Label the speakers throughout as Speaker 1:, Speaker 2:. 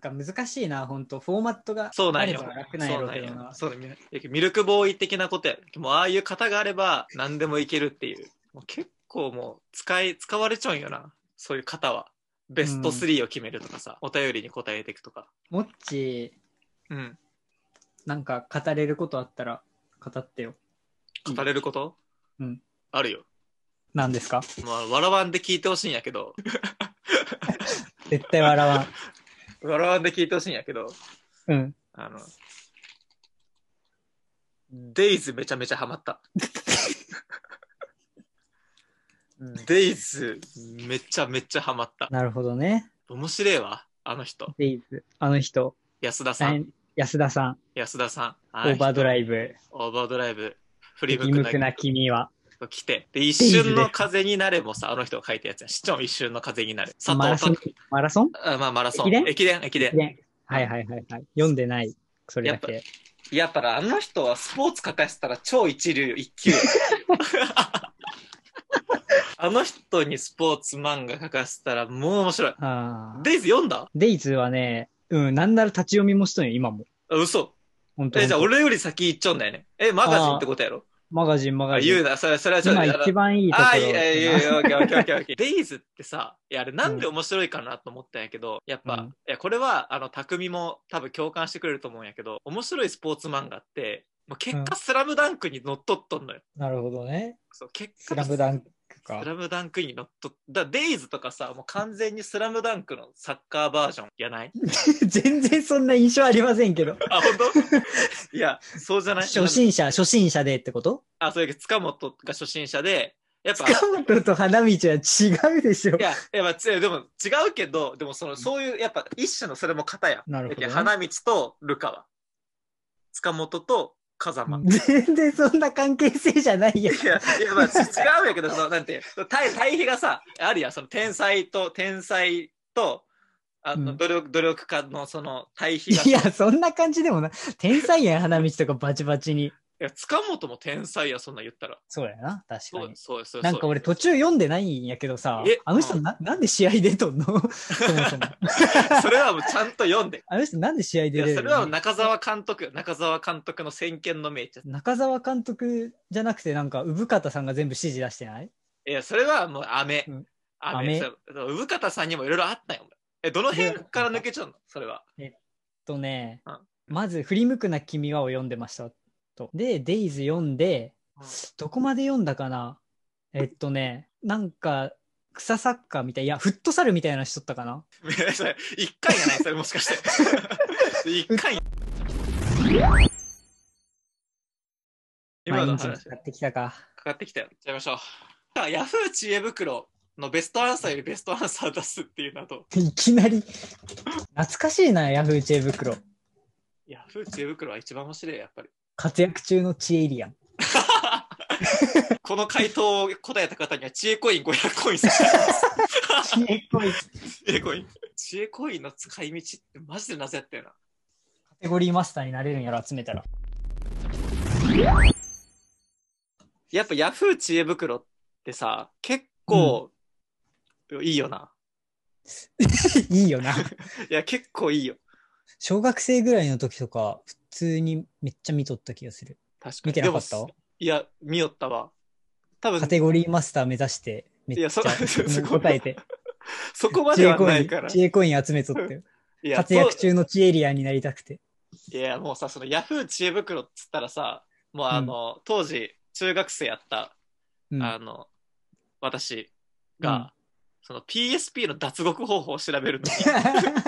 Speaker 1: か難しいな、本当フォーマットが
Speaker 2: そうな
Speaker 1: あ
Speaker 2: ん
Speaker 1: れ
Speaker 2: よ
Speaker 1: ば楽。なんや
Speaker 2: そう
Speaker 1: ろう
Speaker 2: なん
Speaker 1: けど
Speaker 2: よ
Speaker 1: な。。
Speaker 2: そうなんよミルクボーイ的なことや。もうああいう型があれば何でもいけるっていう。もう結構もう使い、使われちゃうんよな。そういう型は。ベスト
Speaker 1: うん
Speaker 2: 3を決めるとかさ、お便りに答えていくとか。
Speaker 1: もっち、
Speaker 2: うん。
Speaker 1: なんか語れることあったら語ってよ。
Speaker 2: 語れること
Speaker 1: うん。
Speaker 2: あるよ。
Speaker 1: 何ですか
Speaker 2: まあ、わらわんで聞いてほしいんやけど、
Speaker 1: 絶対笑 わん。
Speaker 2: わらわんで聞いてほしいんやけど、
Speaker 1: うん。
Speaker 2: あの、デイズめちゃめちゃハマった。デイズめちゃめちゃハマった。
Speaker 1: なるほどね。
Speaker 2: 面白いわ、あの人。
Speaker 1: デイズ。あの人、
Speaker 2: 安田さ
Speaker 1: ライ
Speaker 2: ん。
Speaker 1: ン安田さん、
Speaker 2: 安田さん。オ
Speaker 1: オーバードラ
Speaker 2: イ
Speaker 1: イブ、
Speaker 2: ブ。オーバードライブ。振り
Speaker 1: 義
Speaker 2: 向
Speaker 1: 務
Speaker 2: く
Speaker 1: く
Speaker 2: な
Speaker 1: な君は。
Speaker 2: と来て。で、一瞬の風になれもさ、あの人が書いたやつやん。市長一瞬の風になる。佐
Speaker 1: マラ
Speaker 2: 藤
Speaker 1: ソン
Speaker 2: 拓。
Speaker 1: マラソン
Speaker 2: あまあ、マラソン。
Speaker 1: 駅伝
Speaker 2: 駅伝、駅伝。
Speaker 1: ねはいはいはいはい。読んでない。それだけ。
Speaker 2: やっぱあの人はスポーツ書かせたら超一流よ一 級よあの人にスポーツ漫画書かせたらもう面白い。
Speaker 1: あー
Speaker 2: デイズ読んだ
Speaker 1: デイズはね、うん、なんなら立ち読みもしとんよ、今も。
Speaker 2: あ嘘。
Speaker 1: 本当
Speaker 2: え、じゃあ
Speaker 1: 本当
Speaker 2: 俺より先行っちゃうんだよね。え、マガジンってことやろ
Speaker 1: マガジン、マ
Speaker 2: あ
Speaker 1: ガジ
Speaker 2: 言う
Speaker 1: ン。
Speaker 2: な。それそれはちょっと
Speaker 1: 今
Speaker 2: やら
Speaker 1: 一番いいところ。
Speaker 2: あ、いい、いい、いい、オッケー、オッケー、オッケーオッケ ー。デイズってさ、いや、あれなんで面白いかなと思ったんやけど、やっぱ、
Speaker 1: うん
Speaker 2: いや、これは、あの、匠も多分共感してくれると思うんやけど、面白いスポーツ漫画って、もう結
Speaker 1: うん
Speaker 2: 果、スラムダンクにのっとっとんのよ。
Speaker 1: なるほどね。
Speaker 2: そう、結
Speaker 1: ス
Speaker 2: 果、
Speaker 1: ラムダンク
Speaker 2: ス
Speaker 1: か。
Speaker 2: ラムダンクにのっとだデイズとかさもう完全にスラムダンクのサッカーバージョンやない
Speaker 1: 全然そんな印 象ありませんけど。
Speaker 2: あ本 当いやそうじゃない
Speaker 1: 初心者、初心者でってこと
Speaker 2: あそういう塚本が初心者でやっぱ
Speaker 1: 塚本と花道は違うでしょ
Speaker 2: い。ややっぱつでも違うけどでもそのそういうやっぱ一種のそれも型や
Speaker 1: なるほどね
Speaker 2: だけ花道とルカは塚本と風間、い
Speaker 1: 全然そんな関係性じゃないやん。
Speaker 2: やいやまあち違うんやけどそのなんて対対比がさあるやんその天才と天才とあの
Speaker 1: うん
Speaker 2: 努力、努力家のその対比がさ
Speaker 1: いや、そんな感じでもない。天才やん、花道とかバチバチに。
Speaker 2: いや、塚本も天才や、そんなん言ったら。
Speaker 1: そうやな、確か
Speaker 2: そう
Speaker 1: に。
Speaker 2: そうそう。
Speaker 1: なんか俺途中読んでないんやけどさ
Speaker 2: え、
Speaker 1: あの人ななんで試合出とんの そもそも。
Speaker 2: それはもうちゃんと読んで。
Speaker 1: あの人なんで試合
Speaker 2: い
Speaker 1: 出
Speaker 2: や、
Speaker 1: れ
Speaker 2: そ
Speaker 1: る
Speaker 2: れは
Speaker 1: の
Speaker 2: 中澤監督、中澤監督の先見の明ちゃ
Speaker 1: 中澤監督じゃなくてなんか産方さんが全部指示出してない
Speaker 2: いや、それはもう雨
Speaker 1: うん。
Speaker 2: 雨。
Speaker 1: 飴
Speaker 2: そうそう生方さんにもいろいろあったよ。え、どの辺から抜けちゃうのそれは。
Speaker 1: とね
Speaker 2: うん、
Speaker 1: まず「振り向くな君は」を読んでましたと。で「デイズ読んで
Speaker 2: うん
Speaker 1: どこまで読んだかなえっとねなんか草サッカーみたいいやフットサルみたいなのしとったかな
Speaker 2: それ一回じゃないそれもしかして。 一回。今
Speaker 1: 毎
Speaker 2: の
Speaker 1: 日
Speaker 2: 話
Speaker 1: 使。ってきたか。
Speaker 2: かかってきたよ。ちゃいましょう。じゃあヤフー知恵袋のベストアンサーよりベストアンサー出すっていうなと。
Speaker 1: いきなり懐かしいなヤフー知恵袋
Speaker 2: ヤフー知恵袋は一番面白いよやっぱり。
Speaker 1: 活躍中の知恵エリアン。
Speaker 2: この回答を答えた方には知恵コイン500コイン差し上げます
Speaker 1: 知恵っぽい
Speaker 2: 知恵コイン。知恵コインの使い道ってマジでなぜやったよな。
Speaker 1: カテゴリーマスターになれるんやろ集めたら。
Speaker 2: やっぱヤフー知恵袋ってさ、結構、いいよな。
Speaker 1: いいよな。
Speaker 2: いや、結構いいよ。
Speaker 1: 小学生ぐらいの時とか普通にめっちゃ見とった気がする。
Speaker 2: 確かに。
Speaker 1: 見てなかった
Speaker 2: でもいや、見よったわ。多分
Speaker 1: カ、テゴリーマスター目指して、め
Speaker 2: い
Speaker 1: っ
Speaker 2: や
Speaker 1: ちゃ
Speaker 2: そ すごい
Speaker 1: 答えて。
Speaker 2: そこま
Speaker 1: 知
Speaker 2: で
Speaker 1: 恵
Speaker 2: は
Speaker 1: コ
Speaker 2: な
Speaker 1: イ
Speaker 2: いから
Speaker 1: ン、。知恵コイン集めとって。
Speaker 2: いや
Speaker 1: 活躍中の知恵エリアンになりたくて。
Speaker 2: いや、もうさ、そのヤフー知恵袋っつったらさ、もうあの、当時、中学生やった、
Speaker 1: うん
Speaker 2: あの、私が、その PSP の脱獄方法を調べるのに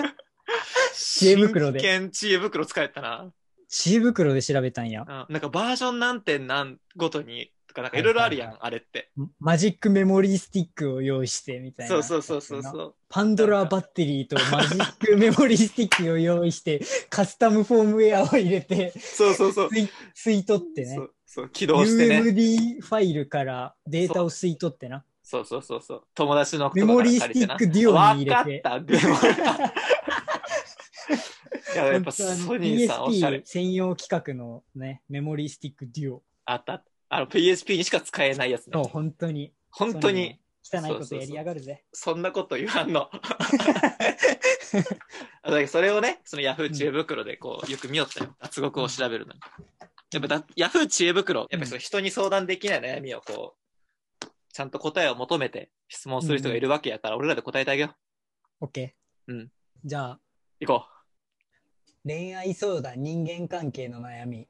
Speaker 1: 知恵袋で
Speaker 2: 真剣知恵袋使えたな。
Speaker 1: 知恵袋で調べたんや
Speaker 2: う。んなんかバージョン何点何ごとに、とかなんかいろいろあるやん、
Speaker 1: はい
Speaker 2: あれって。
Speaker 1: マジックメモリースティックを用意してみたいな。
Speaker 2: そうそうそうそう
Speaker 1: やつやな
Speaker 2: そう。
Speaker 1: パンドラバッテリーとマジックメモリースティックを用意して、カスタムフォームウェアを入れて、
Speaker 2: そうそうそう。
Speaker 1: 吸い吸い取ってね
Speaker 2: そ。うそう起動してね。
Speaker 1: UMD ファイルからデータを吸い取ってな。
Speaker 2: そうそうそうそう。友達の
Speaker 1: メモリースティックデュオに入れて
Speaker 2: わかった、デュ オ。いや、やっぱソニーさんおしゃ
Speaker 1: PSP
Speaker 2: れ。
Speaker 1: 専用企画のね、メモリースティックデュオ。
Speaker 2: あった。あの PSP にしか使えないやつね
Speaker 1: そう、。本当に。
Speaker 2: 本当
Speaker 1: ソニー
Speaker 2: に
Speaker 1: の。汚いことやりやがるぜ。
Speaker 2: そんなこと言わ んの。だからそれをね、そのヤフー知恵袋でこう、よく見よったよ。脱獄を調べるのに。やっぱだ、ヤフー知恵袋、やっぱりその人に相談できない悩みをこう、ちゃんと答えを求めて質問する人がいるわけやから、俺らで答えてあげよ
Speaker 1: OK。
Speaker 2: うん。
Speaker 1: じゃあ、
Speaker 2: う。行こ
Speaker 1: 恋愛相談、人間関係の悩み。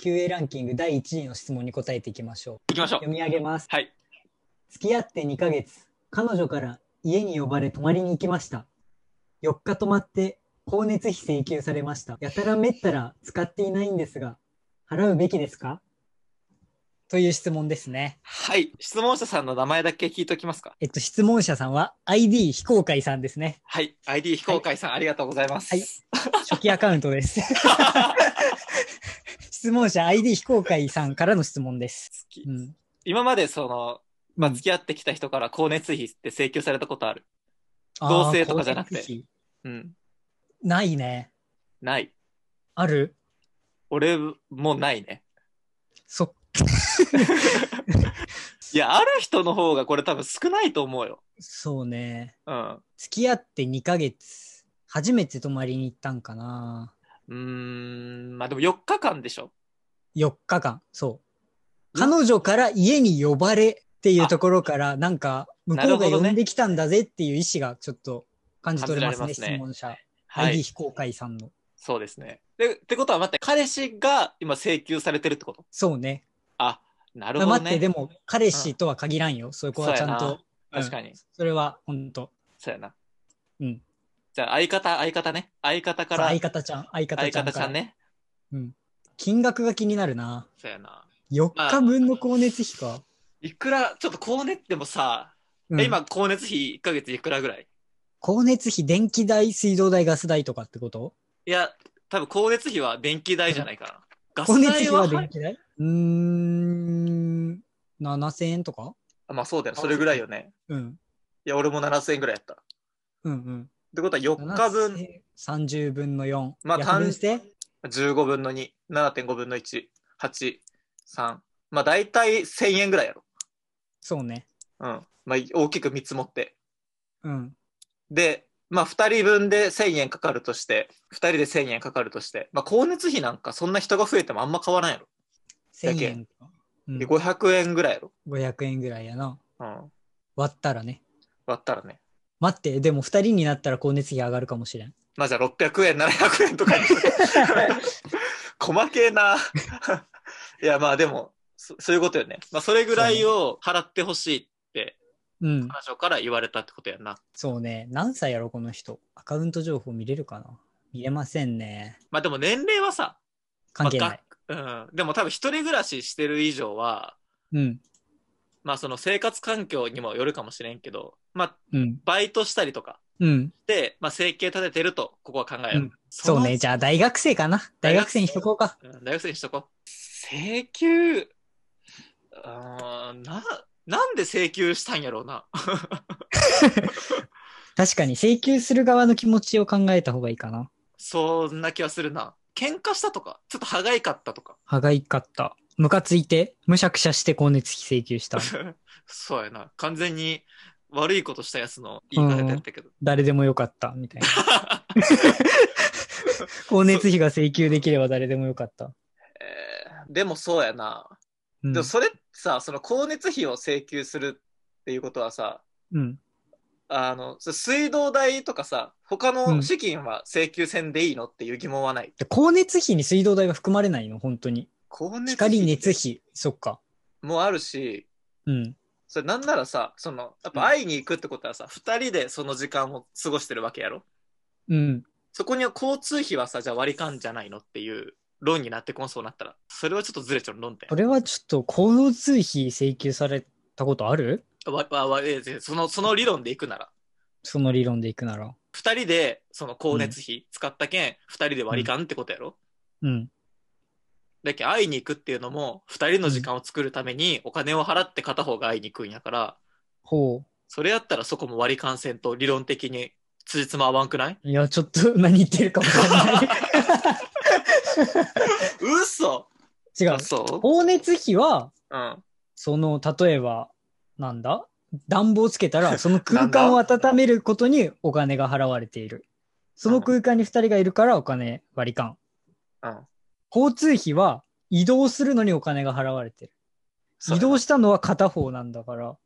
Speaker 1: QA ランキング第1位の質問に答えていきましょう。
Speaker 2: う。行きましょう。
Speaker 1: 読み上げます。
Speaker 2: はい。
Speaker 1: 付き合って2ヶ月、彼女から家に呼ばれ泊まりに行きました。4日泊まって、光熱費請求されました。やたらめったら使っていないんですが、払うべきですかという質問ですね。
Speaker 2: はい。質問者さんの名前だけ聞いておきますか。
Speaker 1: えっと、質問者さんは ID 非公開さんですね。
Speaker 2: はい。ID 非公開さん、ありがとうございます。
Speaker 1: はい初期アカウント です。質問者 ID 非公開さんからの質問です。
Speaker 2: 好き
Speaker 1: うん。
Speaker 2: 今までその、まあ、付き合ってきた人から光熱費って請求されたことある。同棲とかじゃなくて
Speaker 1: あー。交通費
Speaker 2: うん。
Speaker 1: ないね。
Speaker 2: ない。
Speaker 1: ある
Speaker 2: 俺もないね。
Speaker 1: そ、
Speaker 2: いや、ある人の方がこれ多分少ないと思うよ。
Speaker 1: そうね。
Speaker 2: うん。
Speaker 1: 付き合って2ヶ月。初めて泊まりに行ったんかな。
Speaker 2: うーん、まあでも4日間でしょ。
Speaker 1: 4日間。そう。彼女から家に呼ばれっていうところから、なんか、向こう
Speaker 2: なる
Speaker 1: が
Speaker 2: ほどね
Speaker 1: 呼んできたんだぜっていう意思がちょっと感じ取れますね、
Speaker 2: 感じら
Speaker 1: 質
Speaker 2: れ
Speaker 1: 問者。
Speaker 2: は
Speaker 1: ID
Speaker 2: い。
Speaker 1: 非公開さんの。
Speaker 2: そうですね。で、ってことは待って、彼氏が今請求されてるってこと
Speaker 1: そうね。
Speaker 2: あ、なる
Speaker 1: まあ
Speaker 2: ほ
Speaker 1: 待
Speaker 2: ど
Speaker 1: って、
Speaker 2: ね。
Speaker 1: でも、彼氏とは限らんよ。そこはちゃん
Speaker 2: そうや
Speaker 1: と
Speaker 2: な。確かに。
Speaker 1: それは、本当
Speaker 2: そうやな。
Speaker 1: うん。
Speaker 2: じゃあ、相方、相方ね。相方から、
Speaker 1: 相方ちゃん、相方
Speaker 2: 相
Speaker 1: ちゃんか
Speaker 2: 方ち
Speaker 1: ら
Speaker 2: ゃんね。
Speaker 1: 金額が気になるな。
Speaker 2: そうやな。
Speaker 1: 4日分の光熱費か。
Speaker 2: いくら、ちょっと光熱でもさ、
Speaker 1: うん
Speaker 2: え今、光熱費1ヶ月いくらぐらい
Speaker 1: 光熱費、電気代、水道代、ガス代とかってこと
Speaker 2: いや、多分光熱費は電気代じゃないかな。ガ
Speaker 1: 光
Speaker 2: ス
Speaker 1: 熱
Speaker 2: 代
Speaker 1: 費
Speaker 2: は
Speaker 1: は電気代うーん、7000円とか
Speaker 2: あまあそうだよね。それぐらいよね。
Speaker 1: うん。
Speaker 2: いや、俺も7000円ぐらいやった。っ
Speaker 1: うん
Speaker 2: てことは
Speaker 1: うん。
Speaker 2: 4日分、
Speaker 1: 7000。30分の4。
Speaker 2: まあ
Speaker 1: 約分して
Speaker 2: 15分の2、7.5分の1、8、3。まあ大体1000円ぐらいやろ。
Speaker 1: そうね。
Speaker 2: うん。まあ大きく見積もって。
Speaker 1: うん。
Speaker 2: で、まあ2人分で1000円かかるとして、2人で1000円かかるとして、まあ光熱費なんかそんな人が増えてもあんま変わらんやろ。
Speaker 1: 1000円か。うん
Speaker 2: で、500円ぐらいやろ。
Speaker 1: 500円ぐらいやな。
Speaker 2: うん。
Speaker 1: 割ったらね。
Speaker 2: 割ったらね。
Speaker 1: 待って、でも2人になったら光熱費上がるかもしれん。
Speaker 2: まあじゃあ600円、700円とかに。 細けえな。いやまあでもそ、そういうことよね。まあそれぐらいを払ってほしいって
Speaker 1: うん。
Speaker 2: 彼女から言われたってことやな。
Speaker 1: そうね。何歳やろ、この人。アカウント情報見れるかな見れませんね。
Speaker 2: まあでも年齢はさ、
Speaker 1: 関係
Speaker 2: ま
Speaker 1: ない
Speaker 2: あ。がうん。でも多分一人暮らししてる以上は、
Speaker 1: うん。
Speaker 2: まあその生活環境にもよるかもしれんけど、まあ
Speaker 1: うん。
Speaker 2: バイトしたりとか
Speaker 1: うん。
Speaker 2: で、まあ生計立ててると、ここは考え
Speaker 1: う
Speaker 2: る。
Speaker 1: んそうね。じゃあ大学生かな。大学生にしとこうか。
Speaker 2: うん大学生にしとこう。請求、あーな、なんで請求したんやろうな。
Speaker 1: 確かに請求する側の気持ちを考えた方がいいかな。
Speaker 2: そんな気はするな。喧嘩したとか、ちょっと歯がゆかったとか。
Speaker 1: 歯がゆかった。ムカついて、むしゃくしゃして光熱費請求した。
Speaker 2: そうやな。完全に悪いことしたやつの言い方やったけど。
Speaker 1: 誰でもよかった。みたいな。光熱費が請求できれば誰でもよかった。
Speaker 2: えーでもそうやな。
Speaker 1: うん
Speaker 2: でもそれってさ、その光熱費を請求するっていうことはさ、
Speaker 1: うん。
Speaker 2: あの、そ水道代とかさ、他
Speaker 1: うん
Speaker 2: の資金は請求せんでいいのっていう疑問はない。
Speaker 1: で光熱費に水道代が含まれないの、本当に。
Speaker 2: 光熱
Speaker 1: 光
Speaker 2: 費
Speaker 1: 熱費。そっか。
Speaker 2: もあるし、
Speaker 1: うん。
Speaker 2: それなんならさ、その、やっぱ会いに行くってことはさ、二人でその時間を過ごしてるわけやろ
Speaker 1: うん。
Speaker 2: そこには交通費はさ、じゃあ割り勘じゃないのっていう論になってこんそうなったら。それはちょっとずれちゃう論点
Speaker 1: そ。れはちょっと交通費請求されたことある
Speaker 2: わわわええその、その理論でいくなら。
Speaker 1: その理論でいくなら。
Speaker 2: 二人で、その光熱費使ったけん、二人で割り勘ってことやろ、
Speaker 1: うん。
Speaker 2: だけど会いに行くっていうのも、二人の時間を作るためにお金を払って片方が会いに行くんやから、
Speaker 1: ほ。
Speaker 2: それやったらそこも割り勘せんと理論的に辻褄合わんくないう
Speaker 1: いや、ちょっと 何言ってるかわかん ない。
Speaker 2: 嘘
Speaker 1: 違う。
Speaker 2: そう
Speaker 1: 光熱費は、
Speaker 2: うん。
Speaker 1: その、例えば、なんだ暖房つけた ら、その空間を温めることにお金が払われている。その空間に2人がいるからお金割り勘。
Speaker 2: うん。
Speaker 1: 交通費は移動するのにお金が払われてる。
Speaker 2: そう
Speaker 1: 移動したのは片方なんだから、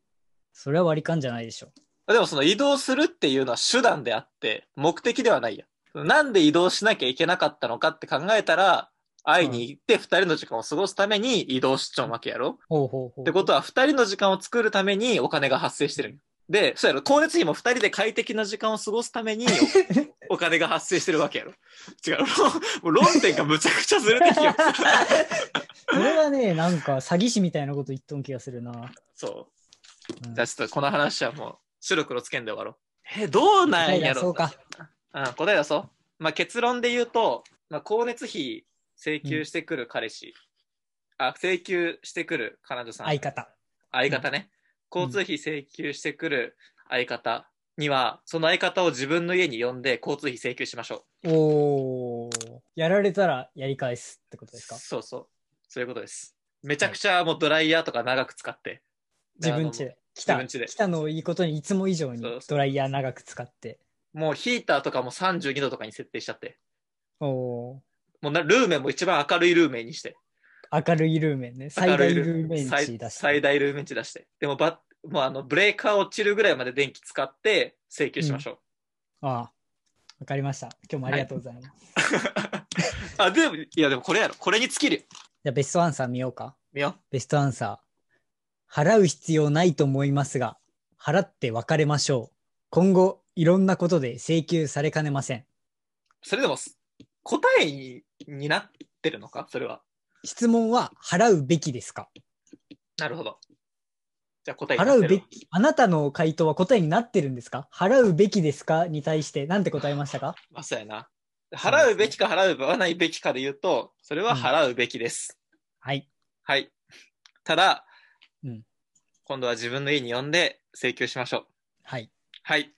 Speaker 1: それは割り勘じゃないでしょ。
Speaker 2: でもその移動するっていうのは手段であって、目的ではないやん。なんで移動しなきゃいけなかったのかって考えたら、会いに行って二人の時間を過ごすために移動しちゃうわけやろ
Speaker 1: ほうほうほう。
Speaker 2: ってことは二人の時間を作るためにお金が発生してるんよで、そうやろ、光熱費も二人で快適な時間を過ごすた めにおお金が発生してるわけやろ。違う、もうもう論点がむちゃくちゃずれて きてる
Speaker 1: それはね、なんか詐欺師みたいなこと言っとん気がするな。
Speaker 2: そう。
Speaker 1: うん
Speaker 2: じゃあちょっとこの話はもう白黒つけんで終わろう。え、どうなんやろ
Speaker 1: そうか。
Speaker 2: うん、答え出そう。まあ、結論で言うと、まあ、光熱費請求してくる彼氏、あ、請求してくる彼女さん、
Speaker 1: 相方。
Speaker 2: 相方ね、
Speaker 1: うん
Speaker 2: 交通費請求してくる相方には、その相方を自分の家に呼んで交通費請求しましょ
Speaker 1: おー。やられたらやり返すってこと
Speaker 2: う。
Speaker 1: ですか
Speaker 2: そうそう。そういうことです。めちゃくちゃもうドライヤーとか長く使って。
Speaker 1: 自分
Speaker 2: あ
Speaker 1: ち
Speaker 2: の
Speaker 1: で。来た。
Speaker 2: 自分家で
Speaker 1: 来たのをいいことにいつも以上に
Speaker 2: そうそう
Speaker 1: ドライヤー長く使って。
Speaker 2: もうヒーターとかも32度とかに設定しちゃって。
Speaker 1: おー。
Speaker 2: もうなルーメンも一番明るいルーメンにして。
Speaker 1: 明るいルーメンね。最大ルーメン
Speaker 2: 最
Speaker 1: 値出して。
Speaker 2: 最大ルーメンチ出して。でもば、もうあの、ブレーカー落ちるぐらいまで電気使って請求しましょう。
Speaker 1: ああ。わかりました。今日もありがとうございます。
Speaker 2: あ、でも、いやでもこれやろ。これに尽きるよ。
Speaker 1: じゃあベストアンサー見ようか。
Speaker 2: 見よ
Speaker 1: ベストアンサー。払う必要ないと思いますが、払って別れましょう。今後、いろんなことで請求されかねません。
Speaker 2: う。それでも、す答えにになってるのかそれは。
Speaker 1: 質問は、払うべきですか
Speaker 2: なるほど。じゃあ答えにな
Speaker 1: 払
Speaker 2: って
Speaker 1: う
Speaker 2: る
Speaker 1: べき、あなたの回答は答えになってるんですか払うべきですかに対して、なんて答えましたか
Speaker 2: まあそうやな。払うべきか払わないべきかで言うと、それは払うべきです。
Speaker 1: はい。
Speaker 2: はい。ただ、
Speaker 1: うん
Speaker 2: 今度は自分の家に呼んで請求しましょう。
Speaker 1: はい。
Speaker 2: はい。